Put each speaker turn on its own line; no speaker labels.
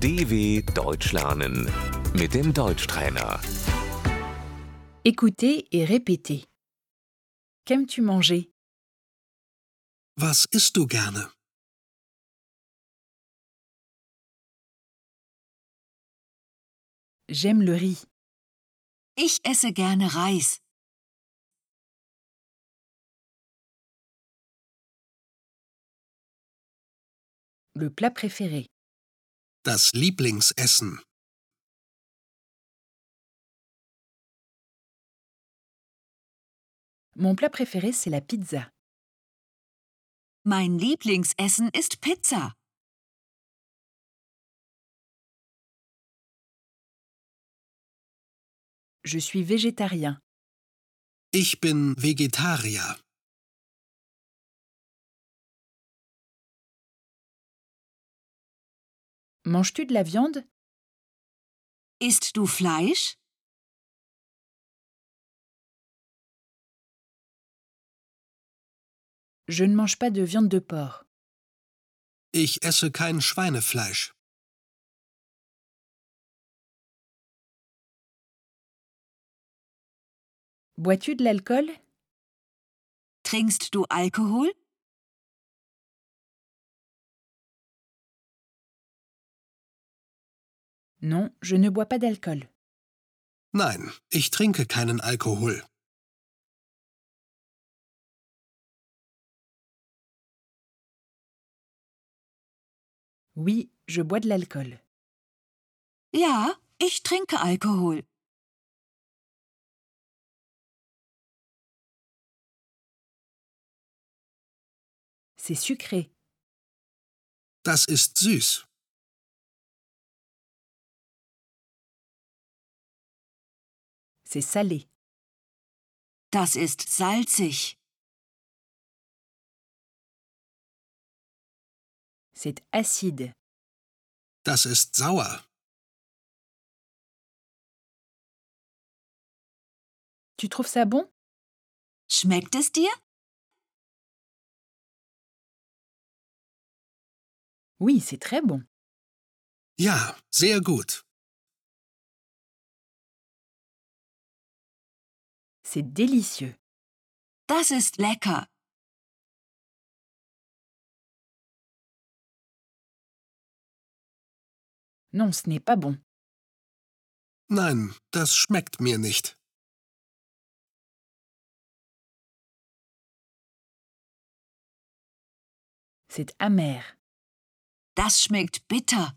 DW Deutsch lernen mit dem Deutschtrainer.
Écoutez et répétez. Qu'aimes-tu manger
Was isst du gerne?
J'aime le riz.
Ich esse gerne Reis.
Le plat préféré.
Das Lieblingsessen.
Mon plat préféré, c'est la pizza.
Mein Lieblingsessen ist Pizza.
Je suis végétarien.
Ich bin Vegetarier.
Manges-tu de la viande
Isst du Fleisch?
Je ne mange pas de viande de porc.
Ich esse kein Schweinefleisch.
Bois-tu de l'alcool
Trinkst du Alkohol?
Non, je ne bois pas d'alcool.
Nein, ich trinke keinen Alkohol.
Oui, je bois de l'alcool.
Ja, ich trinke Alkohol.
C'est sucré.
Das ist süß.
C'est salé.
Das ist salzig.
C'est acide.
Das ist sauer.
Tu trouves ça bon
Schmeckt es dir?
Oui, c'est très bon.
Ja, sehr gut.
C'est délicieux.
Das ist lecker.
Non, ce n'est pas bon.
Nein, das schmeckt mir nicht.
C'est amer.
Das schmeckt bitter.